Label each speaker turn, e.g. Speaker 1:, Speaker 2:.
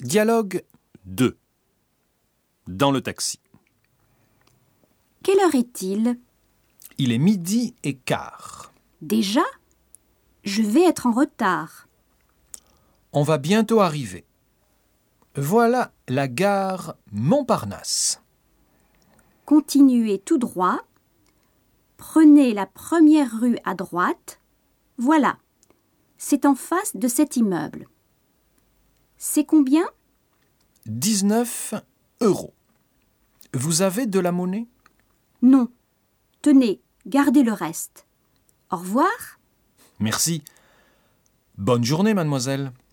Speaker 1: Dialogue 2 Dans le taxi.
Speaker 2: Quelle heure est-il
Speaker 1: Il est midi et quart.
Speaker 2: Déjà Je vais être en retard.
Speaker 1: On va bientôt arriver. Voilà la gare Montparnasse.
Speaker 2: Continuez tout droit. Prenez la première rue à droite. Voilà. C'est en face de cet immeuble. C'est combien
Speaker 1: 19 euros. Vous avez de la monnaie
Speaker 2: Non. Tenez, gardez le reste. Au revoir.
Speaker 1: Merci. Bonne journée, mademoiselle.